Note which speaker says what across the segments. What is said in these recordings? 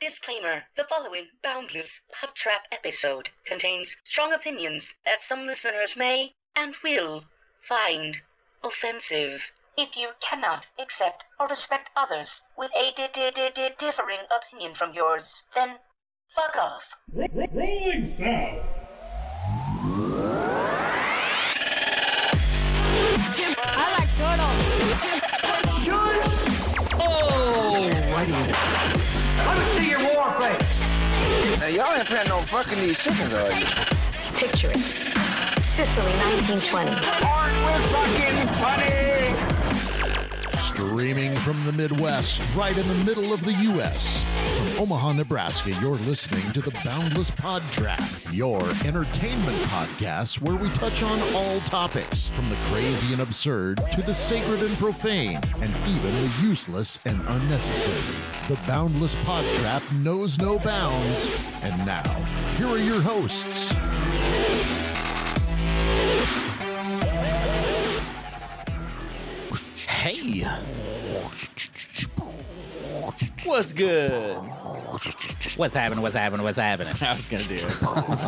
Speaker 1: Disclaimer The following Boundless Hub Trap episode contains strong opinions that some listeners may and will find offensive. If you cannot accept or respect others with a di- di- di- di- differing opinion from yours, then fuck off.
Speaker 2: Ro- ro- Rolling south.
Speaker 3: I like turtles.
Speaker 4: Now y'all ain't planning on fucking these chickens, are you?
Speaker 5: Picture it. Sicily, 1920.
Speaker 6: Streaming from the Midwest, right in the middle of the U.S. From Omaha, Nebraska, you're listening to the Boundless Pod Trap, your entertainment podcast where we touch on all topics, from the crazy and absurd to the sacred and profane, and even the useless and unnecessary. The Boundless Pod Trap knows no bounds. And now, here are your hosts.
Speaker 7: Hey. What's good? What's happening? What's happening? What's happening? I was gonna do it. what's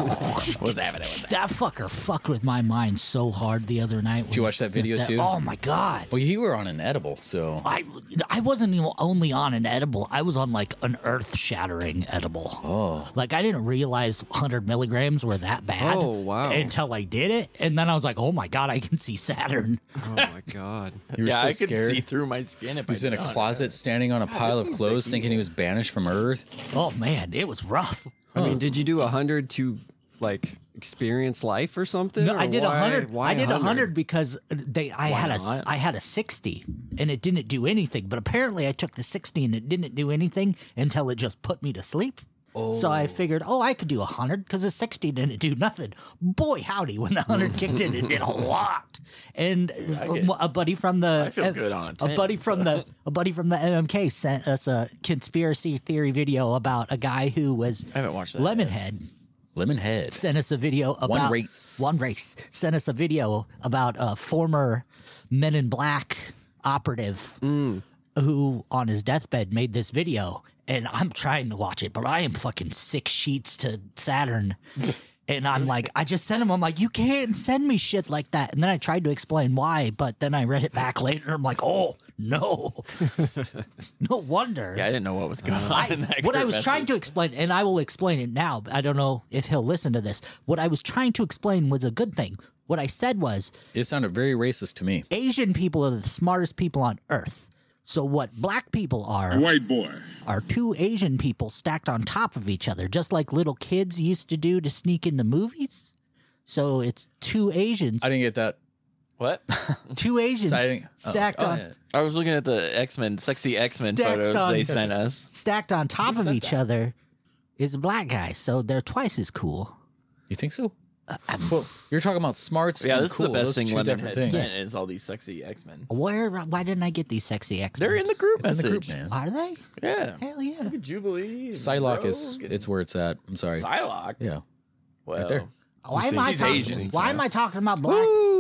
Speaker 7: happening? What's happening?
Speaker 8: That fucker fucked with my mind so hard the other night. Did
Speaker 7: you watch that video too?
Speaker 8: Oh my god!
Speaker 7: Well, you were on an edible, so
Speaker 8: I I wasn't even only on an edible. I was on like an earth shattering edible. Oh, like I didn't realize 100 milligrams were that bad.
Speaker 9: Oh, wow.
Speaker 8: Until I did it, and then I was like, oh my god, I can see Saturn.
Speaker 9: Oh my god.
Speaker 7: you were so scared.
Speaker 10: through my skin if
Speaker 7: He was in a closet, standing on a pile of clothes, thinking he was banished from Earth.
Speaker 8: Oh man, it was rough.
Speaker 9: I mean, did you do a hundred to like experience life or something?
Speaker 8: No,
Speaker 9: Or
Speaker 8: I did
Speaker 9: why-
Speaker 8: hundred.
Speaker 9: Why
Speaker 8: I did
Speaker 9: 100?
Speaker 8: hundred because they. I had a.
Speaker 9: not?
Speaker 8: I had a sixty, and it didn't do anything. But apparently, I took the sixty, and it didn't do anything until it just put me to sleep. So I figured, oh, I could do a hundred because the sixty didn't do nothing. Boy, howdy! When the hundred kicked in, it did a lot. And uh, a, buddy from the uh,
Speaker 10: I feel good on a
Speaker 8: a buddy
Speaker 10: 10,
Speaker 8: from the a buddy from the MMK sent us a conspiracy theory video about a guy who was I
Speaker 10: haven't watched that yet.
Speaker 8: Lemonhead
Speaker 7: Lemon head.
Speaker 8: sent us a video about
Speaker 7: race.
Speaker 8: One race sent us a video about a former Men in Black operative who, on his deathbed, made this video, and I'm trying to watch it, but I am fucking six sheets to Saturn. And I'm like, I just sent him. I'm like, you can't send me shit like that. And then I tried to explain why, but then I read it back later. I'm like, oh no, no wonder.
Speaker 10: Yeah, I didn't know what was going on.
Speaker 8: I,
Speaker 10: in that
Speaker 8: what I
Speaker 10: group
Speaker 8: was
Speaker 10: message.
Speaker 8: trying to explain, and I will explain it now. but I don't know if he'll listen to this. What I was trying to explain was a good thing. What I said was
Speaker 7: It sounded very racist to me.
Speaker 8: Asian people are the smartest people on earth. So what black people are
Speaker 2: White boy.
Speaker 8: are two Asian people stacked on top of each other, just like little kids used to do to sneak into movies. So it's two Asians,
Speaker 7: I didn't get that.
Speaker 10: What?
Speaker 8: two Asians
Speaker 7: So I didn't- oh,
Speaker 8: stacked
Speaker 7: oh,
Speaker 8: on
Speaker 7: yeah.
Speaker 10: I was looking at the X Men, sexy X Men
Speaker 8: Stacked
Speaker 10: photos
Speaker 8: on-
Speaker 10: they sent us.
Speaker 8: stacked on top of each other is black guys. So they're twice as cool.
Speaker 7: You think so? well, you're talking about smarts.
Speaker 10: Yeah,
Speaker 7: and
Speaker 10: this
Speaker 7: cool.
Speaker 10: is the best
Speaker 7: Those
Speaker 10: thing.
Speaker 7: Two different things.
Speaker 10: Lemonhead sent is all these sexy X Men.
Speaker 8: Where? Why didn't I get these sexy X?
Speaker 10: They're in the group
Speaker 7: It's in
Speaker 10: message.
Speaker 7: the group, man.
Speaker 8: Are they?
Speaker 10: Yeah.
Speaker 8: Hell yeah.
Speaker 10: Jubilee. and
Speaker 7: Psylocke
Speaker 10: Rogue
Speaker 7: is.
Speaker 10: and
Speaker 7: It's where it's at. I'm sorry.
Speaker 10: Psylocke.
Speaker 7: Yeah.
Speaker 10: Well,
Speaker 7: Right there.
Speaker 8: Why am I
Speaker 10: He's
Speaker 8: talking?
Speaker 10: Asian,
Speaker 8: why am I talking about black?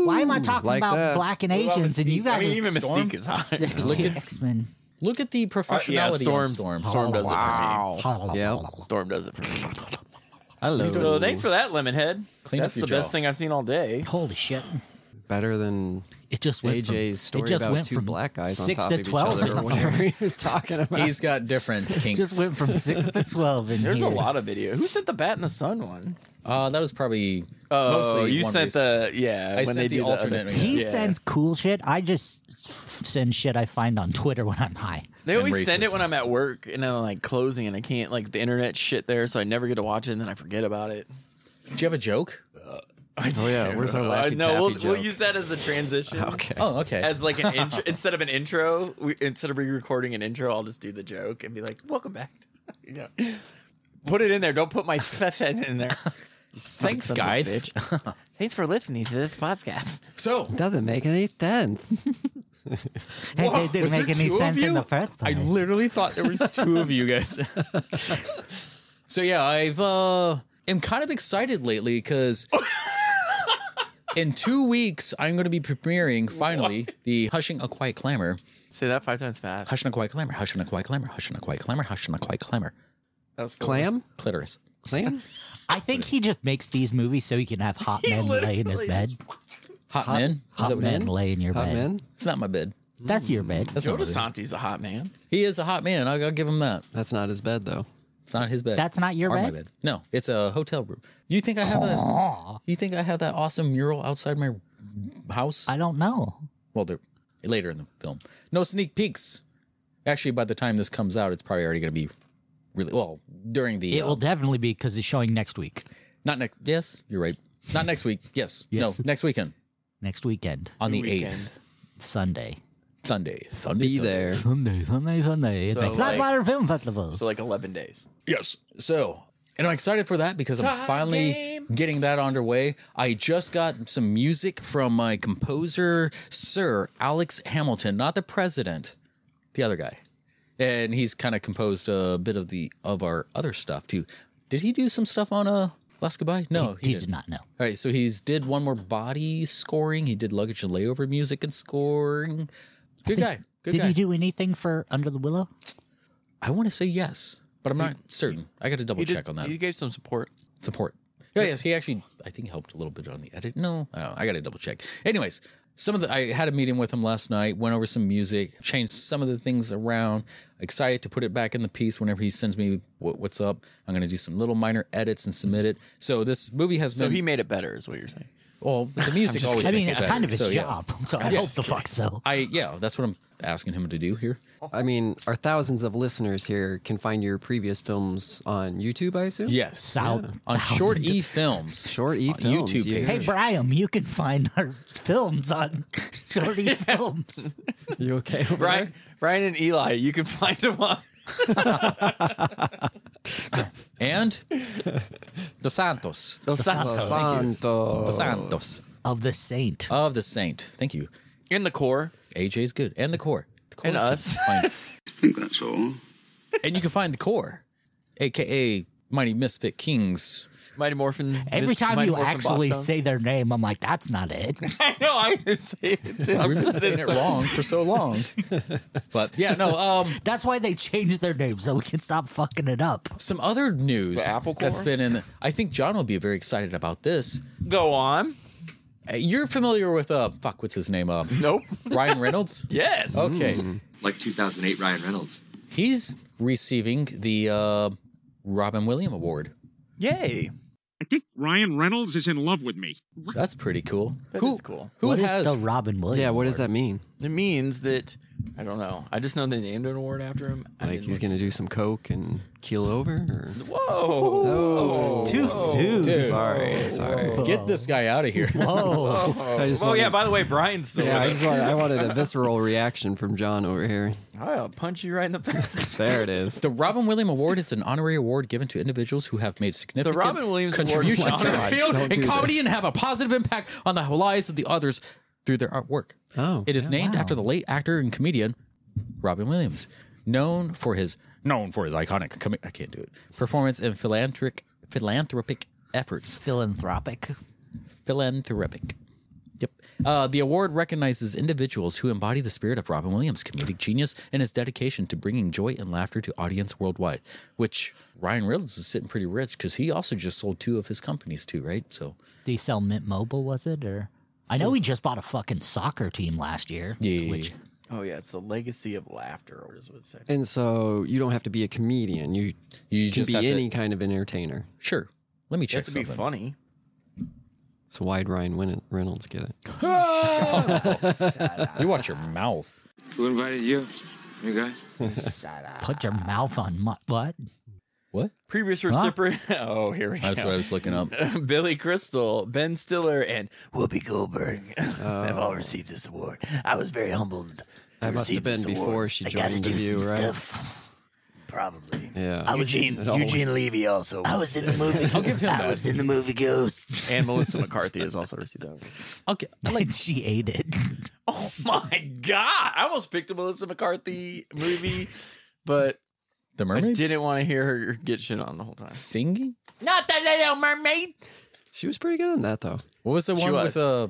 Speaker 8: why am I talking
Speaker 9: like
Speaker 8: about
Speaker 9: that.
Speaker 8: black and
Speaker 10: What about
Speaker 8: Asians? And you
Speaker 10: Mystique?
Speaker 8: guys
Speaker 10: I mean,
Speaker 8: are
Speaker 10: even
Speaker 8: Storm?
Speaker 10: Mystique is high.
Speaker 8: sexy X Men.
Speaker 7: Look at the
Speaker 10: yeah,
Speaker 7: professionality
Speaker 10: Storm.
Speaker 7: on Storm.
Speaker 10: Storm does it for me.
Speaker 9: Yeah.
Speaker 10: Storm does it for me.
Speaker 9: Hello.
Speaker 10: So thanks for that, Lemonhead.
Speaker 7: Clean up
Speaker 10: That's
Speaker 7: your
Speaker 10: the best
Speaker 7: jaw.
Speaker 10: thing I've seen all day.
Speaker 8: Holy shit!
Speaker 9: Better than
Speaker 8: It just went from-
Speaker 9: AJ's story
Speaker 8: it just
Speaker 9: about
Speaker 8: went
Speaker 9: two
Speaker 8: from
Speaker 9: black guys
Speaker 8: six
Speaker 9: on top
Speaker 8: to
Speaker 9: of
Speaker 8: 12
Speaker 9: each other
Speaker 8: in
Speaker 9: or whatever
Speaker 8: here.
Speaker 9: he was talking about.
Speaker 7: He's got different kinks.
Speaker 8: Just went from six to twelve in
Speaker 10: There's a
Speaker 8: here.
Speaker 10: lot of video. Who sent the Bat in the Sun one?
Speaker 7: Uh, that was probably
Speaker 10: Oh,
Speaker 7: mostly
Speaker 10: you
Speaker 7: One
Speaker 10: sent
Speaker 7: Piece.
Speaker 10: the yeah.
Speaker 7: I
Speaker 10: when
Speaker 7: sent
Speaker 10: they
Speaker 7: the
Speaker 10: do other-
Speaker 7: alternate.
Speaker 8: He
Speaker 10: Yeah.
Speaker 8: sends cool shit. I just f- send shit I find on Twitter when I'm high.
Speaker 10: They
Speaker 7: and
Speaker 10: always send it
Speaker 7: racist.
Speaker 10: when I'm at work and I'm like closing and I can't like the internet shit there, so I never get to watch it and then I forget about it.
Speaker 7: Did you have a joke?
Speaker 9: oh yeah, where's our
Speaker 10: Uh,
Speaker 9: laffy
Speaker 10: no,
Speaker 9: taffy
Speaker 10: we'll,
Speaker 9: joke?
Speaker 10: we'll use that as the transition.
Speaker 9: okay.
Speaker 7: Oh, okay.
Speaker 10: As like an intro instead of an intro, we, instead of re-recording an intro, I'll just do the joke and be like, "Welcome back." you know, put it in there. Don't put my head in there.
Speaker 7: Thanks, guys.
Speaker 10: Thanks for listening to this podcast.
Speaker 7: So,
Speaker 9: Doesn't make any sense.
Speaker 8: Hey, they didn't
Speaker 7: was there
Speaker 8: make any
Speaker 7: two of
Speaker 8: sense in
Speaker 7: you?
Speaker 8: the first
Speaker 7: I
Speaker 8: place.
Speaker 7: literally thought there was two of you guys. so yeah, I've uh, am kind of excited lately because in two weeks I'm going to be premiering finally the Hushing a Quiet Clamor,
Speaker 10: Say that five times fast.
Speaker 7: Hushing a Quiet Clamor, Hushing a Quiet Clamor, Hushing a Quiet Clamor, Hushing a Quiet Clamor.
Speaker 10: That was
Speaker 9: Clam?
Speaker 7: Clitoris.
Speaker 9: Clam?
Speaker 8: I think he just makes these movies so he can have hot men lay in his bed.
Speaker 7: Hot, men. Is that
Speaker 8: Hot
Speaker 7: what-
Speaker 8: men lay in your
Speaker 9: Hot
Speaker 8: bed.
Speaker 9: men?
Speaker 7: It's not my bed.
Speaker 8: That's your bed.
Speaker 7: That's
Speaker 10: Joe
Speaker 7: not my bed.
Speaker 10: DeSanti's a hot man.
Speaker 7: He is a hot man. I'll, I'll give him that.
Speaker 9: That's not his bed, though.
Speaker 7: It's not his bed.
Speaker 8: That's not your
Speaker 7: Or my
Speaker 8: bed?
Speaker 7: bed. No, it's a hotel room. You think I have a?
Speaker 8: Aw,
Speaker 7: You think I have that awesome mural outside my house?
Speaker 8: I don't know.
Speaker 7: well, they're later in the film. No sneak peeks. Actually, by the time this comes out, it's probably already going to be really well during the.
Speaker 8: It will
Speaker 7: um,
Speaker 8: definitely be because it's showing next week,
Speaker 7: not next. Yes, you're right. Not next week. Yes.
Speaker 8: Yes.
Speaker 7: No, next weekend
Speaker 8: next weekend,
Speaker 7: on the
Speaker 10: Weekend.
Speaker 7: eighth.
Speaker 8: Uh, Sunday.
Speaker 7: Sunday. Sunday.
Speaker 9: Be there.
Speaker 8: Sunday, Sunday, Sunday. It's
Speaker 10: So,
Speaker 8: like,
Speaker 10: like-
Speaker 8: Flatwater Film Festival.
Speaker 10: So like eleven days.
Speaker 7: Yes. So, and I'm excited for that because I'm
Speaker 10: Time
Speaker 7: finally
Speaker 10: game.
Speaker 7: getting that underway. I just got some music from my composer, Sir Alex Hamilton, not the president, the other guy. And he's kind of composed a bit of the of our other stuff too. Did he do some stuff on uh, Last Goodbye? No,
Speaker 8: he
Speaker 7: didn't.
Speaker 8: did not know.
Speaker 7: All right, so he's did one more body scoring. He did luggage and layover music and scoring. Good guy. Good
Speaker 8: did
Speaker 7: guy.
Speaker 8: you do anything for Under the Willow?
Speaker 7: I want to say yes, but I'm not certain. I got to double check on that.
Speaker 10: You gave some support.
Speaker 7: support. Yeah, yes, he actually I think helped a little bit on the edit. No, I, don't know. I got to double check. Anyways, some of the I had a meeting with him last night. Went over some music, changed some of the things around. Excited to put it back in the piece whenever he sends me what, what's up. I'm gonna do some little minor edits and submit it. So this movie has
Speaker 10: So
Speaker 7: been
Speaker 10: he made it better, is what you're saying.
Speaker 7: well. The music always.
Speaker 8: I mean,
Speaker 7: makes it
Speaker 8: it's
Speaker 7: better,
Speaker 8: kind of his
Speaker 7: so, yeah.
Speaker 8: job. So I hope the fuck so.
Speaker 7: I yeah, that's what I'm asking him to do here.
Speaker 10: Oh.
Speaker 9: I mean, our thousands of listeners here can find your previous films on YouTube, I assume?
Speaker 7: Yes,
Speaker 8: Thou-
Speaker 7: on Short
Speaker 8: thousand-
Speaker 7: E Films.
Speaker 9: Short E
Speaker 7: On
Speaker 9: Films,
Speaker 7: YouTube
Speaker 9: yeah.
Speaker 7: page.
Speaker 8: Hey, Brian, you can find our films on Shorty Films.
Speaker 9: You okay over
Speaker 10: Brian, Brian and Eli, you can find them on.
Speaker 7: and Dos Santos.
Speaker 9: there? Los Santos.
Speaker 7: Dos Santos
Speaker 8: Of the Saint.
Speaker 7: of the Saint. Thank you.
Speaker 10: In the core.
Speaker 7: AJ's good, and the core. The core
Speaker 10: And
Speaker 7: you
Speaker 10: us.
Speaker 7: can find- and you can find the core, aka Mighty Misfit Kings.
Speaker 10: Mighty Morphin.
Speaker 8: Every
Speaker 10: Mis-
Speaker 8: time
Speaker 10: Mighty
Speaker 8: you
Speaker 10: Morphin
Speaker 8: actually
Speaker 10: Boston.
Speaker 8: say their name, I'm like, that's not it.
Speaker 10: I know, I didn't say it. too. I'm
Speaker 7: We've been
Speaker 10: just
Speaker 7: saying
Speaker 10: sitting
Speaker 7: it
Speaker 10: there.
Speaker 7: wrong for so long, but yeah, no. Um,
Speaker 8: That's why they changed their name so we can stop fucking it up.
Speaker 7: some other news
Speaker 10: The Apple
Speaker 7: that's
Speaker 10: Corps?
Speaker 7: been in. I think John will be very excited about this.
Speaker 10: Go on.
Speaker 7: Uh, You're familiar with uh, fuck, what's his name? Uh,
Speaker 10: Nope. Hmm.
Speaker 7: Ryan Reynolds.
Speaker 10: Yes.
Speaker 7: Okay,
Speaker 11: like 2008 Ryan Reynolds.
Speaker 7: he's receiving the uh, Robin Williams Award.
Speaker 10: Yay.
Speaker 2: I think Ryan Reynolds is in love with me.
Speaker 7: That's pretty cool.
Speaker 10: That
Speaker 7: who
Speaker 10: is cool.
Speaker 7: Who
Speaker 8: What is
Speaker 7: has?
Speaker 8: the Robin Williams?
Speaker 9: Yeah, what does
Speaker 8: award?
Speaker 9: that mean?
Speaker 10: It means that I don't know. I just know they named an award after him. I
Speaker 9: Like
Speaker 10: didn't
Speaker 9: he's
Speaker 10: look-
Speaker 9: going to do some coke and keel over? Or?
Speaker 10: Oh, Whoa.
Speaker 8: Too soon.
Speaker 7: dude.
Speaker 9: Sorry, sorry.
Speaker 7: Get this guy out of here.
Speaker 8: Whoa.
Speaker 9: I just
Speaker 10: Oh
Speaker 9: wanted,
Speaker 10: yeah. By the way, Brian's still.
Speaker 9: yeah, I
Speaker 10: with
Speaker 9: just wanted, I wanted a visceral reaction from John over here.
Speaker 10: us. I'll punch you right in the face.
Speaker 9: There it is.
Speaker 7: The Robin Williams Award is an honorary award given to individuals who have made significant
Speaker 10: Robin Williams Award-
Speaker 7: contributions to the
Speaker 10: Why?
Speaker 7: field
Speaker 9: Don't
Speaker 7: in
Speaker 9: do
Speaker 7: comedy
Speaker 9: this.
Speaker 7: and have a positive impact on the lives of the others through their artwork.
Speaker 9: Oh,
Speaker 7: it is named after the late actor and comedian Robin Williams, known for his known for his iconic com- I can't do it performance and philanthropic philanthropic efforts
Speaker 8: Philanthropic.
Speaker 7: philanthropic. Yep. Uh, the award recognizes individuals who embody the spirit of Robin Williams' comedic genius and his dedication to bringing joy and laughter to audience worldwide. Which Ryan Reynolds is sitting pretty rich because he also just sold two of his companies too, right? So
Speaker 8: Do you sell Mint Mobile, was it? Or I know he just bought a fucking soccer team last year.
Speaker 7: Yeah.
Speaker 8: Which
Speaker 10: oh yeah, it's the legacy of laughter. Or is what it said.
Speaker 9: And so you don't have to be a comedian. You,
Speaker 7: You
Speaker 9: can
Speaker 7: just
Speaker 9: be
Speaker 7: have to-
Speaker 9: any kind of entertainer.
Speaker 7: sure, let me
Speaker 10: You
Speaker 7: check
Speaker 10: have to be
Speaker 7: something.
Speaker 10: funny.
Speaker 9: So why'd Ryan Win- Reynolds get it?
Speaker 7: You watch your mouth.
Speaker 11: Who invited you? You guy?
Speaker 8: put your mouth on my what?
Speaker 7: What?
Speaker 10: Previous recipient. Oh, here we go.
Speaker 7: That's what I was looking up.
Speaker 10: Billy Crystal, Ben Stiller, and Whoopi Goldberg
Speaker 9: Uh,
Speaker 10: have all received this award. I was very humbled. To
Speaker 9: That must have
Speaker 10: receive
Speaker 9: been
Speaker 10: this award.
Speaker 9: before she
Speaker 3: I gotta
Speaker 9: joined the
Speaker 3: do
Speaker 9: view,
Speaker 3: some
Speaker 9: right?
Speaker 3: stuff. Probably.
Speaker 9: Yeah.
Speaker 3: I was
Speaker 9: It
Speaker 3: Eugene,
Speaker 9: always-
Speaker 3: Eugene Levy also. I was in the movie. I'll
Speaker 7: give him
Speaker 3: I
Speaker 7: that.
Speaker 3: was in the movie Ghost.
Speaker 10: And Melissa McCarthy has also received that. award.
Speaker 7: Okay, I like
Speaker 8: Like she ate it.
Speaker 10: Oh my god! I almost picked a Melissa McCarthy movie, but
Speaker 7: the
Speaker 10: I
Speaker 7: mermaid
Speaker 10: didn't want to hear her get shit on the whole time.
Speaker 7: singing.
Speaker 10: Not that little mermaid.
Speaker 9: She was pretty good on that, though.
Speaker 7: What was the one
Speaker 10: was.
Speaker 7: with uh,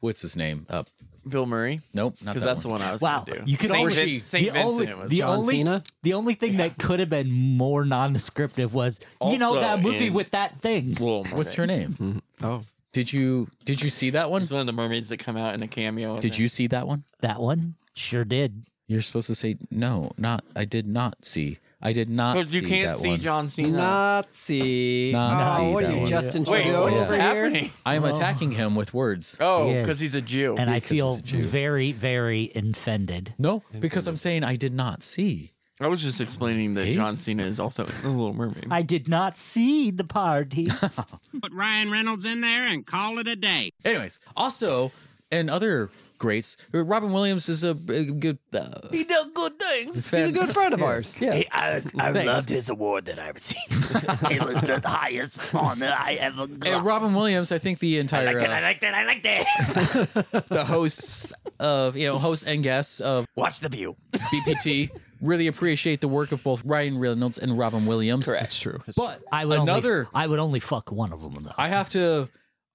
Speaker 7: what's his name? Uh,
Speaker 10: Bill Murray?
Speaker 7: Nope,
Speaker 10: because that's the one I was.
Speaker 8: Wow,
Speaker 10: gonna do.
Speaker 8: you could
Speaker 10: Saint
Speaker 8: always
Speaker 10: Vin- Saint
Speaker 8: the
Speaker 10: Vincent
Speaker 8: only
Speaker 10: it was.
Speaker 8: the only the only thing that could have been more non-descriptive was you know
Speaker 7: Also
Speaker 8: that movie
Speaker 7: in-
Speaker 8: with that thing.
Speaker 7: What's her name? Oh, did you did you see that one?
Speaker 10: It's one of the mermaids that come out in a cameo.
Speaker 7: Did you see that one?
Speaker 8: That one sure did.
Speaker 7: You're supposed to say no, not I did not see. I did not.
Speaker 10: Because you
Speaker 7: see
Speaker 10: can't
Speaker 7: that
Speaker 10: see
Speaker 7: one.
Speaker 10: John Cena.
Speaker 9: Nazi.
Speaker 7: Not see
Speaker 9: Oh, what
Speaker 7: that
Speaker 9: are you,
Speaker 7: one.
Speaker 9: Justin
Speaker 10: Wait,
Speaker 9: Trudeau
Speaker 10: what is
Speaker 9: over here?
Speaker 10: happening?
Speaker 7: I am
Speaker 8: Oh.
Speaker 7: attacking him with words.
Speaker 10: Oh,
Speaker 8: Yes.
Speaker 10: because he's a Jew.
Speaker 8: And I
Speaker 7: Because
Speaker 8: feel
Speaker 7: it's a Jew.
Speaker 8: very very offended.
Speaker 7: No, because I'm saying I did not see.
Speaker 10: I was just explaining that
Speaker 7: He's-
Speaker 10: John Cena is also in The Little Mermaid.
Speaker 8: I did not see the party.
Speaker 2: Put Ryan Reynolds in there and call it a day.
Speaker 7: Anyways, also and other greats, Robin Williams is a, a good. Uh,
Speaker 9: He does good things.
Speaker 7: fan-
Speaker 9: He's a good friend of
Speaker 7: Yeah.
Speaker 9: ours.
Speaker 7: Yeah.
Speaker 3: Hey, I, I
Speaker 7: Thanks.
Speaker 3: loved his award that I received. it was the highest one that I ever
Speaker 7: And
Speaker 3: got.
Speaker 7: Robin Williams, I think the
Speaker 3: I
Speaker 7: entire
Speaker 3: like that. I
Speaker 7: uh,
Speaker 3: like that. I like that.
Speaker 7: the hosts of you know hosts and guests of
Speaker 3: Watch the view.
Speaker 7: BPT really appreciate the work of both Ryan Reynolds and Robin Williams. Correct.
Speaker 9: That's true.
Speaker 7: But
Speaker 8: I would
Speaker 7: another
Speaker 8: Only, I would only fuck one of them though.
Speaker 7: I have to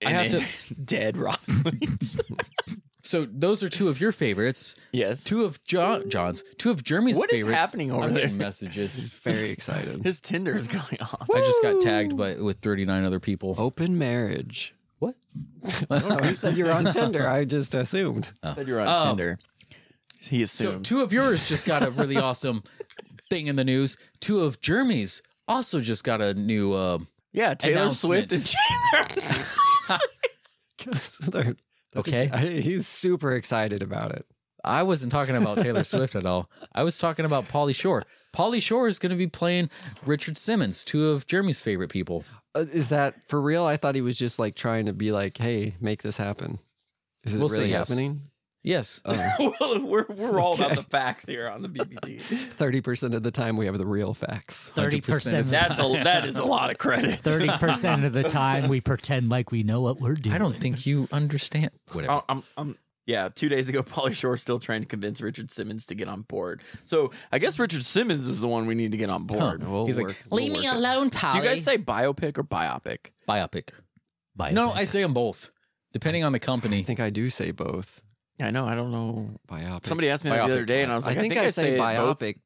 Speaker 7: I have
Speaker 10: And
Speaker 7: to
Speaker 10: then dead Robin Williams.
Speaker 7: So those are two of your favorites.
Speaker 10: yes.
Speaker 7: Two of John John's, two of Jeremy's
Speaker 10: What is
Speaker 7: favorites.
Speaker 10: happening over
Speaker 7: I'm getting
Speaker 10: there?
Speaker 7: Messages.
Speaker 9: Very excited.
Speaker 10: His Tinder is going off.
Speaker 7: I just got tagged by with 39 other people.
Speaker 10: Oh,
Speaker 9: Open marriage.
Speaker 7: What?
Speaker 9: I don't know. He said you're on Tinder. I just assumed.
Speaker 10: said you're on
Speaker 7: Oh.
Speaker 10: Tinder. Um, He
Speaker 7: So
Speaker 10: assumed.
Speaker 7: two of yours just got a really awesome thing in the news. Two of Jeremy's also just got a new uh,
Speaker 10: yeah, Taylor Swift and
Speaker 9: They're-
Speaker 7: Okay.
Speaker 9: I- he's super excited about it.
Speaker 7: I wasn't talking about Taylor Swift at all. I was talking about Pauly Shore. Pauly Shore is going to be playing Richard Simmons, two of Jeremy's favorite people.
Speaker 9: Uh, is that for real? I thought he was just like trying to be like, "Hey, make this happen." Is it
Speaker 7: We'll say
Speaker 9: really
Speaker 7: yes.
Speaker 9: happening? Oh,
Speaker 7: Yes.
Speaker 10: well, we're, we're all about the facts here on the BBT.
Speaker 9: Thirty percent of the time, we have the real facts.
Speaker 8: Thirty
Speaker 7: 100%
Speaker 8: percent.
Speaker 7: of
Speaker 10: That's a that is a lot of credit.
Speaker 8: Thirty percent of the time, we pretend like we know what we're doing.
Speaker 7: I don't think you understand. Whatever.
Speaker 10: Oh, I'm, I'm, yeah, two days ago, Polly Shore still trying to convince Richard Simmons to get on board. So I guess Richard Simmons is the one we need to get on board.
Speaker 7: Huh.
Speaker 9: We'll
Speaker 7: He's like,
Speaker 9: work- we'll
Speaker 7: leave me
Speaker 9: work it."
Speaker 7: alone,
Speaker 10: oh, Do
Speaker 7: Polly.
Speaker 10: you guys say biopic or biopic?
Speaker 7: biopic?
Speaker 8: Biopic.
Speaker 7: No, I say them both, depending on the company.
Speaker 9: I think I do say both.
Speaker 10: I know, I don't know.
Speaker 9: Biopic.
Speaker 10: Somebody asked me that the other
Speaker 7: Biopic.
Speaker 10: day, and I was like, I think I,
Speaker 9: say,
Speaker 10: both.
Speaker 9: biopic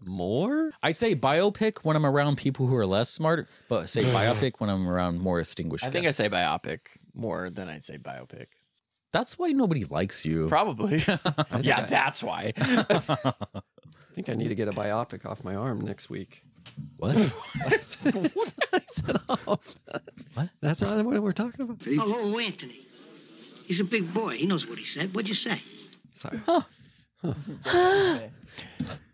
Speaker 9: more.
Speaker 7: I say biopic when I'm around people who are less smart, but say biopic when I'm around more distinguished.
Speaker 10: I think I
Speaker 7: guests.
Speaker 10: say biopic more than I say biopic.
Speaker 7: that's why nobody likes you.
Speaker 10: Probably. yeah, that's why.
Speaker 9: I think I need to get a biopic off my arm next week.
Speaker 7: what?
Speaker 9: I said, I said, "Oh." That's not what we're talking about.
Speaker 12: Hello, Anthony. He's a big boy. He knows what he said. What'd you say?
Speaker 9: Sorry.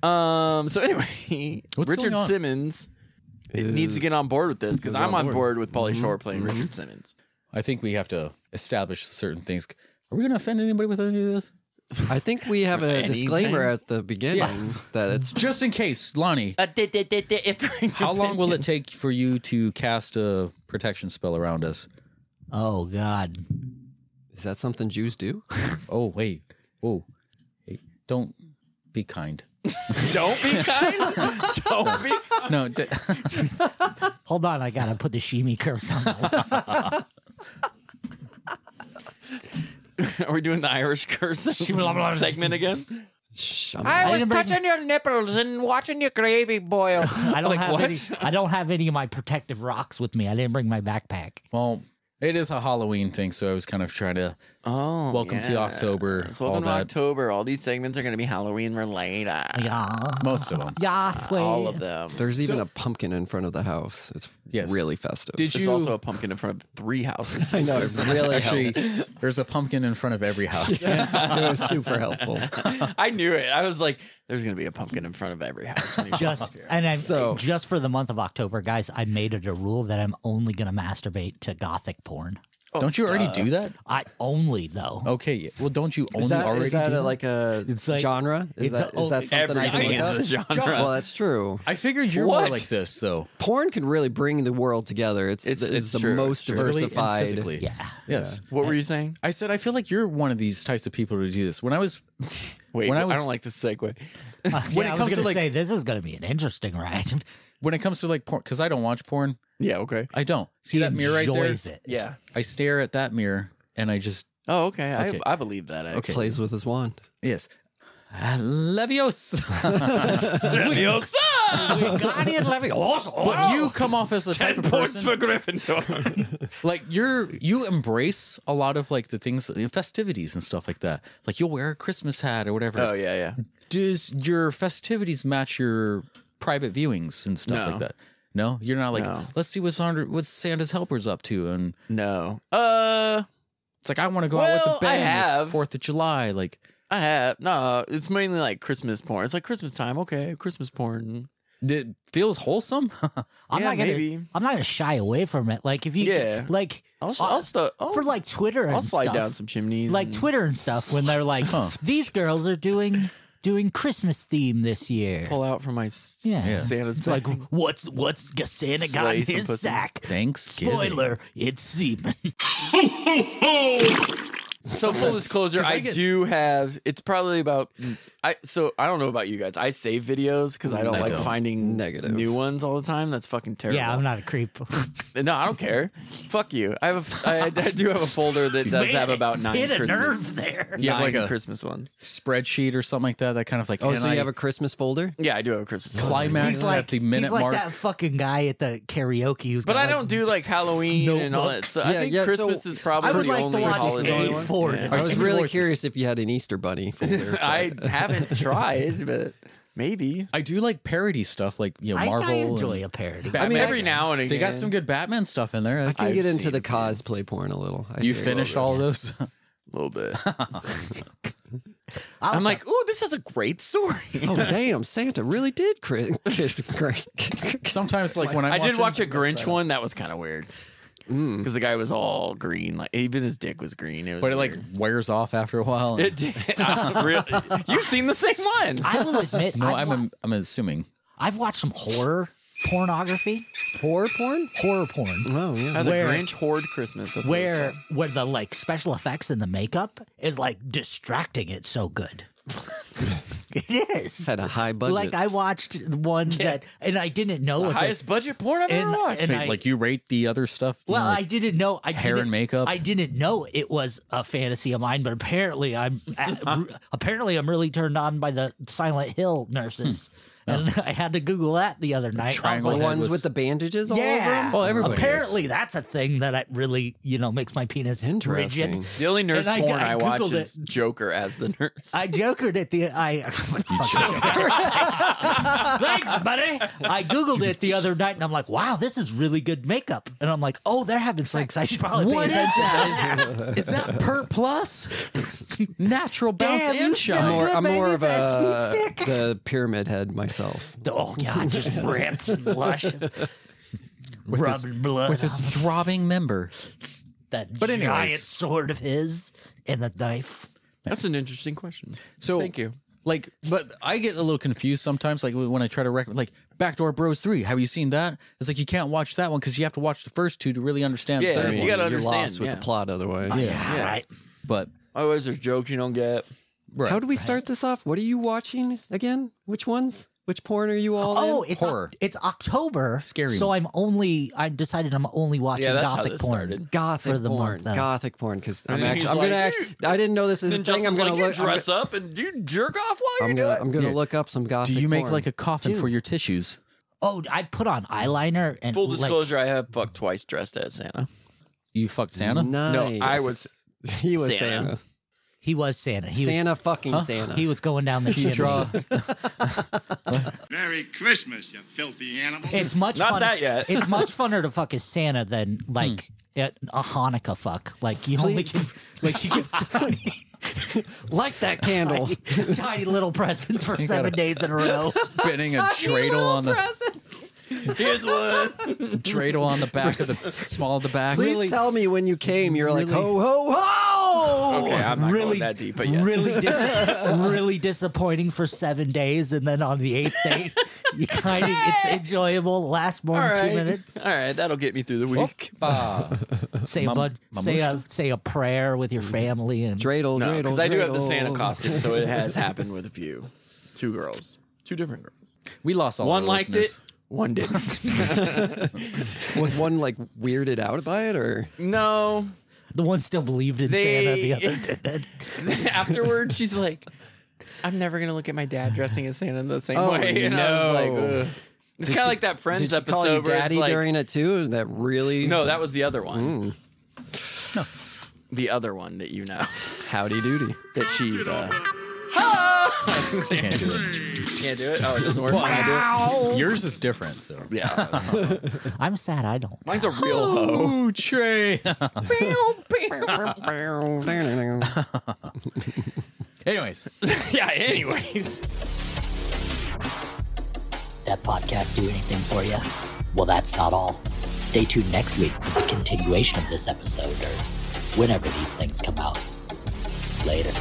Speaker 10: Um. So anyway,
Speaker 7: What's
Speaker 10: Richard
Speaker 7: going on?
Speaker 10: Simmons it needs
Speaker 9: Is-
Speaker 10: to get on board with this because
Speaker 9: Get on
Speaker 10: I'm on
Speaker 9: board.
Speaker 10: board with
Speaker 7: Mm-hmm.
Speaker 10: Polly Shore playing Richard Simmons.
Speaker 7: I think we have to establish certain things. Are we going to offend anybody with any of this?
Speaker 9: I think we have a
Speaker 10: Anytime.
Speaker 9: disclaimer at the beginning that it's
Speaker 7: Just in case, Lonnie.
Speaker 10: Uh,
Speaker 7: How long will it take for you to cast a protection spell around us?
Speaker 8: Oh God.
Speaker 9: is that something Jews do?
Speaker 7: Oh wait. Whoa. Hey, don't be kind.
Speaker 10: Don't be kind. Don't be.
Speaker 7: No. D-
Speaker 8: Hold on, I gotta put the shimi curse on. my lips.
Speaker 10: Are we doing the Irish curse segment again?
Speaker 8: I was touching
Speaker 10: your nipples and watching your gravy boil.
Speaker 8: I don't
Speaker 10: Like,
Speaker 8: have
Speaker 10: what?
Speaker 8: any. I don't have any of my protective rocks with me. I didn't bring my backpack.
Speaker 7: well, it is a Halloween thing, so I was kind of trying to
Speaker 10: Oh,
Speaker 7: Welcome to
Speaker 10: yeah.
Speaker 7: October,
Speaker 10: It's
Speaker 7: all
Speaker 10: welcome to
Speaker 7: that.
Speaker 10: October. All these segments are going to be Halloween related.
Speaker 8: Yeah.
Speaker 7: most of them.
Speaker 8: Yahweh.
Speaker 10: All of them.
Speaker 9: There's even
Speaker 7: So-
Speaker 9: a pumpkin in front of the house. It's
Speaker 7: Yes.
Speaker 9: really festive.
Speaker 7: Did
Speaker 10: There's
Speaker 7: you
Speaker 10: also a pumpkin in front of three houses. I
Speaker 9: know, it really
Speaker 7: actually?
Speaker 9: helped.
Speaker 7: There's a pumpkin in front of every house.
Speaker 9: it was super helpful.
Speaker 10: I knew it. I was like, "There's going to be a pumpkin in front of every house." when you
Speaker 8: Just
Speaker 10: come up here.
Speaker 8: and I'm
Speaker 9: So-
Speaker 8: just for the month of October, guys. I made it a rule that I'm only gonna masturbate to gothic porn.
Speaker 7: Oh, don't you already do that?
Speaker 8: I only though.
Speaker 10: Oh,
Speaker 7: Okay. yeah. Well, don't you only
Speaker 9: Is that,
Speaker 7: already
Speaker 9: is that
Speaker 7: do
Speaker 9: a, like a
Speaker 8: It's like-
Speaker 9: genre? Is
Speaker 8: it's
Speaker 9: that,
Speaker 8: a-
Speaker 9: is that something I
Speaker 10: everything
Speaker 9: can look
Speaker 10: is a
Speaker 9: up?
Speaker 10: genre.
Speaker 9: Well, that's true.
Speaker 7: I figured you're
Speaker 10: What?
Speaker 7: more like this though.
Speaker 9: Porn can really bring the world together. It's
Speaker 10: It's-
Speaker 9: the, it's
Speaker 10: it's
Speaker 9: the
Speaker 10: true, it's
Speaker 9: most
Speaker 10: true.
Speaker 7: Verbally and
Speaker 9: diversified.
Speaker 7: physically.
Speaker 8: Yeah.
Speaker 7: Yes.
Speaker 10: What were you saying?
Speaker 7: I said I feel like you're one of these types of people to do this. When I was
Speaker 10: Wait,
Speaker 7: When I
Speaker 10: I,
Speaker 7: was-
Speaker 10: don't like this segue.
Speaker 7: When
Speaker 8: Yeah,
Speaker 7: it
Speaker 8: I
Speaker 7: comes
Speaker 8: was
Speaker 7: to,
Speaker 8: gonna
Speaker 7: like-
Speaker 8: say this is gonna be an interesting ride.
Speaker 7: when it comes to like porn because I don't watch porn.
Speaker 10: Yeah, okay.
Speaker 7: I don't see that mirror right there.
Speaker 8: Enjoys it.
Speaker 10: Yeah.
Speaker 7: I stare at that mirror and I just
Speaker 10: Oh, okay. I- I believe that, actually.
Speaker 9: Plays with his wand.
Speaker 7: Yes. Levios.
Speaker 10: Levios.
Speaker 7: Guardian Levios. But you come off as the type of person
Speaker 10: Gryffindor.
Speaker 7: like you're you embrace a lot of like the things the festivities and stuff like that like you'll wear a christmas hat or whatever
Speaker 10: Oh, yeah, yeah.
Speaker 7: does your festivities match your private viewings and stuff
Speaker 10: No.
Speaker 7: like that no you're not like
Speaker 10: No.
Speaker 7: let's see what sandra what santa's helpers up to and
Speaker 10: no uh
Speaker 7: it's like i want to go out with
Speaker 10: well,
Speaker 7: the
Speaker 10: I
Speaker 7: band
Speaker 10: have.
Speaker 7: fourth of july like
Speaker 10: I have no. It's mainly like Christmas porn. It's like Christmas time. Okay, Christmas porn.
Speaker 7: it feels wholesome
Speaker 8: I'm
Speaker 10: Yeah,
Speaker 8: not gonna.
Speaker 10: maybe.
Speaker 8: I'm not gonna shy away from it. Like if you,
Speaker 10: Yeah.
Speaker 8: like
Speaker 10: I'll,
Speaker 8: uh,
Speaker 10: I'll, stu- I'll
Speaker 8: for like Twitter and
Speaker 10: I'll slide
Speaker 8: stuff,
Speaker 10: down some chimneys.
Speaker 8: like
Speaker 10: and-
Speaker 8: Twitter and stuff, when they're like,
Speaker 7: Huh.
Speaker 8: these girls are doing doing Christmas theme this year.
Speaker 10: pull out from my s-
Speaker 8: Yeah. Yeah.
Speaker 10: Santa's
Speaker 8: It's like
Speaker 10: bag.
Speaker 8: what's what's g- Santa got
Speaker 10: Slay
Speaker 8: in
Speaker 10: some
Speaker 8: his
Speaker 10: pussy.
Speaker 8: sack?
Speaker 7: Thanksgiving.
Speaker 8: Spoiler: It's semen.
Speaker 10: So full disclosure,
Speaker 7: 'Cause I
Speaker 10: I,
Speaker 7: get-
Speaker 10: do have. It's probably about. I so I don't know about you guys. I save videos because I don't
Speaker 7: I
Speaker 10: like
Speaker 7: don't.
Speaker 10: finding
Speaker 9: Negative.
Speaker 10: new ones all the time. That's fucking terrible.
Speaker 8: Yeah, I'm not a creep.
Speaker 10: No, I don't care. Fuck you. I have. A, I, I do have a folder that does have about nine
Speaker 8: Hit a
Speaker 10: Christmas.
Speaker 8: nerve there.
Speaker 10: You have like
Speaker 7: Nine
Speaker 10: a Christmas ones.
Speaker 7: spreadsheet or something like that that kind of like
Speaker 9: Oh,
Speaker 7: and
Speaker 9: so
Speaker 7: I
Speaker 9: you have a Christmas folder?
Speaker 10: Yeah, I do have a Christmas. one.
Speaker 7: climax
Speaker 8: He's like
Speaker 7: at the minute
Speaker 8: he's like
Speaker 7: mark
Speaker 8: that fucking guy at the karaoke who's.
Speaker 10: But
Speaker 8: got,
Speaker 10: I
Speaker 8: like,
Speaker 10: don't do like Halloween and all that.
Speaker 8: notebooks.
Speaker 10: So I
Speaker 9: Yeah,
Speaker 10: think
Speaker 9: yeah, so
Speaker 10: Christmas is probably
Speaker 8: I would
Speaker 10: the
Speaker 8: like to
Speaker 10: only
Speaker 8: watch
Speaker 10: holiday.
Speaker 8: A4
Speaker 10: Yeah.
Speaker 8: tonight.
Speaker 9: I was
Speaker 8: Chicken
Speaker 9: really
Speaker 8: horses.
Speaker 9: curious if you had an Easter bunny folder. but-
Speaker 10: I haven't tried, but maybe.
Speaker 7: I do like parody stuff, like you know,
Speaker 8: I,
Speaker 7: Marvel.
Speaker 8: I
Speaker 7: and-
Speaker 8: enjoy a parody.
Speaker 10: I mean,
Speaker 7: Batman.
Speaker 10: every now and again,
Speaker 7: They got some good Batman stuff in there.
Speaker 9: I can
Speaker 7: I've
Speaker 9: get into
Speaker 7: seen
Speaker 9: the
Speaker 7: a few.
Speaker 9: cosplay porn a little. I
Speaker 7: You
Speaker 9: think.
Speaker 7: finished all those?
Speaker 10: a little bit.
Speaker 8: I
Speaker 10: I'm like, oh, this has a great story.
Speaker 9: Oh damn! Santa really did cri- kiss Greg.
Speaker 7: Sometimes, like when I'm
Speaker 10: I did
Speaker 7: watching-
Speaker 10: watch a Grinch one. That was kind of weird because the guy was all green. Like even his dick was green. Mm. It was
Speaker 7: but it like
Speaker 10: weird.
Speaker 7: wears off after a while. and-
Speaker 10: it did. I'm real- You've seen the same one.
Speaker 8: I will admit,
Speaker 7: no,
Speaker 8: I've,
Speaker 7: I'm
Speaker 8: wa-
Speaker 7: am- I'm assuming.
Speaker 8: I've watched some horror pornography,
Speaker 9: horror porn.
Speaker 8: horror porn.
Speaker 9: Oh yeah.
Speaker 10: How the
Speaker 8: Where-
Speaker 10: Grinch hoard Christmas. That's what it's
Speaker 8: where
Speaker 10: called.
Speaker 8: where the like special effects and the makeup is like distracting it so good. it is.
Speaker 9: Had a high budget.
Speaker 8: Like I watched one that and I didn't know was like,
Speaker 10: highest budget porn I've ever
Speaker 8: and-
Speaker 10: watched.
Speaker 8: and
Speaker 7: Wait,
Speaker 8: I-
Speaker 7: like you rate the other stuff. you
Speaker 8: well,
Speaker 7: know, like-
Speaker 8: I didn't know. I
Speaker 7: hair and
Speaker 8: didn't-
Speaker 7: makeup.
Speaker 8: I didn't know it was a fantasy of mine, but apparently I'm apparently I'm really turned on by the Silent Hill nurses, and I had to Google that the other night. I was
Speaker 7: Hmm. Oh. triangle
Speaker 9: the
Speaker 8: like,
Speaker 7: head
Speaker 9: ones
Speaker 7: was-
Speaker 9: with the bandages all over
Speaker 8: yeah.
Speaker 9: them.
Speaker 7: Well, everybody is.
Speaker 8: apparently that's a thing that I really you know makes my penis rigid.
Speaker 9: Interesting.
Speaker 10: the only nurse
Speaker 8: and I-
Speaker 10: porn
Speaker 8: I
Speaker 10: I, watch
Speaker 8: Googled
Speaker 10: is Joker as the nurse.
Speaker 8: I jokered at the I. Thanks, buddy. I googled it the other night, and I'm like, "Wow, this is really good makeup." And I'm like, "Oh, they're having sex. I should probably
Speaker 7: what
Speaker 8: pay
Speaker 7: is
Speaker 8: attention."
Speaker 7: that? Is, is that per plus? Natural bounce
Speaker 8: Damn, you
Speaker 7: and
Speaker 8: feel
Speaker 9: I'm
Speaker 7: shine.
Speaker 9: more,
Speaker 8: good,
Speaker 9: I'm more
Speaker 8: baby,
Speaker 9: of
Speaker 8: it's a
Speaker 9: a
Speaker 8: sweet stick.
Speaker 9: the pyramid head myself.
Speaker 8: Oh God, just ripped and luscious, rubbing blood
Speaker 7: With
Speaker 8: off
Speaker 7: his throbbing member.
Speaker 8: that
Speaker 7: but anyways.
Speaker 8: giant sword of his and the knife.
Speaker 10: That's an interesting question.
Speaker 7: So
Speaker 10: Thank you.
Speaker 7: Like, but I get a little confused sometimes. Like when I try to recommend, like Backdoor Bros Three. Have you seen that? It's like you can't watch that one because you have to watch the first two to really understand.
Speaker 10: Yeah,
Speaker 7: the
Speaker 10: I
Speaker 7: third
Speaker 10: mean,
Speaker 7: one.
Speaker 10: you gotta
Speaker 9: You're
Speaker 10: understand.
Speaker 9: lost with
Speaker 10: yeah.
Speaker 9: the plot otherwise.
Speaker 8: Yeah,
Speaker 10: Yeah.
Speaker 8: right.
Speaker 7: But
Speaker 10: Otherwise, there's jokes you don't get.
Speaker 7: right.
Speaker 9: How do we start this off? What are you watching again? Which ones? Which porn are you all
Speaker 8: Oh,
Speaker 9: in?
Speaker 8: it's
Speaker 7: Horror.
Speaker 8: Oc- it's October.
Speaker 7: Scary
Speaker 8: So
Speaker 7: one.
Speaker 8: I'm only. I decided I'm only watching
Speaker 10: that's how
Speaker 8: gothic
Speaker 10: this
Speaker 8: porn.
Speaker 10: started.
Speaker 9: Gothic
Speaker 8: for the
Speaker 9: porn,
Speaker 8: month, though.
Speaker 9: gothic porn. Because I'm
Speaker 10: then
Speaker 9: actually,
Speaker 10: he's
Speaker 9: I'm gonna
Speaker 10: like,
Speaker 9: actually, I didn't know this is a
Speaker 10: Then
Speaker 9: thing. I'm
Speaker 10: Justin's
Speaker 9: gonna
Speaker 10: like, you
Speaker 9: look. I'm
Speaker 10: dress
Speaker 9: gonna-
Speaker 10: up and do you jerk off while
Speaker 9: I'm
Speaker 10: you do
Speaker 9: gonna,
Speaker 10: it.
Speaker 9: I'm gonna
Speaker 7: Yeah.
Speaker 9: look up some
Speaker 7: Do
Speaker 9: gothic.
Speaker 7: you make
Speaker 9: porn.
Speaker 7: like a coffin for your tissues?
Speaker 8: Oh, I put on eyeliner and
Speaker 10: Full
Speaker 8: like,
Speaker 10: disclosure, I have fucked twice dressed as Santa.
Speaker 7: You fucked Santa.
Speaker 9: Nice.
Speaker 10: I was-
Speaker 9: He was
Speaker 10: Santa.
Speaker 9: Santa.
Speaker 8: he was Santa. He
Speaker 9: Santa fucking Santa.
Speaker 8: Was, he was going down the
Speaker 7: You
Speaker 8: chimney.
Speaker 7: draw.
Speaker 13: Merry Christmas, you filthy animal.
Speaker 8: It's much
Speaker 10: Not
Speaker 8: funner,
Speaker 10: that yet.
Speaker 8: it's much funner to fuck a Santa than like a, a Hanukkah fuck. Like you only can, like you get tiny,
Speaker 9: Light that candle.
Speaker 8: tiny little presents for seven days in a row.
Speaker 7: Spinning a dreidel on the
Speaker 10: Here's one.
Speaker 7: dreidel on the back of the small of the back.
Speaker 9: Please tell me when you came. You're like, ho, ho, ho.
Speaker 10: Okay, I'm not
Speaker 8: Really-
Speaker 10: going that deep, but yes.
Speaker 8: Really, dis- really disappointing for seven days, and then on the eighth day, you kind of it's enjoyable. Lasts more
Speaker 10: All
Speaker 8: than
Speaker 10: right.
Speaker 8: two minutes.
Speaker 10: All right, that'll get me through the week.
Speaker 8: Say a
Speaker 7: Mam-
Speaker 8: bud, say a say a prayer with your family and
Speaker 9: Dreidel,
Speaker 10: No,
Speaker 9: dreidel.
Speaker 10: because Uh, I do have the
Speaker 9: dreidel.
Speaker 10: Santa costume, so it has happened with a few, two girls, two different girls.
Speaker 7: We lost all.
Speaker 10: One
Speaker 7: our
Speaker 10: liked
Speaker 7: listeners.
Speaker 10: it, one didn't.
Speaker 9: Was one like weirded out by it or?
Speaker 10: no,
Speaker 8: The one still believed in Santa. The other did.
Speaker 10: afterward, she's like, "I'm never gonna look at my dad dressing as Santa in the same
Speaker 9: Oh,
Speaker 10: way." And I was
Speaker 9: no.
Speaker 10: like, Ugh.
Speaker 9: Did
Speaker 10: "It's kind of
Speaker 9: she-
Speaker 10: like that Friends
Speaker 9: did she
Speaker 10: episode
Speaker 9: call you
Speaker 10: where it's
Speaker 9: daddy
Speaker 10: like,
Speaker 9: during it too? Is that really?
Speaker 10: No, that was the other one.
Speaker 9: Mm.
Speaker 10: the other one that you know
Speaker 9: Howdy doody.
Speaker 10: that she's uh."
Speaker 7: Can't do it.
Speaker 10: Can't do it. Oh, it doesn't work. Can I do it?
Speaker 7: Wow. Yours is different, so
Speaker 10: yeah.
Speaker 8: I'm sad. I don't.
Speaker 10: Mine's a real hoe.
Speaker 7: Oh, Trey. Anyways,
Speaker 10: yeah. Anyways.
Speaker 8: That podcast do anything for you? Well, that's not all. Stay tuned next week for the continuation of this episode, or whenever these things come out. Later.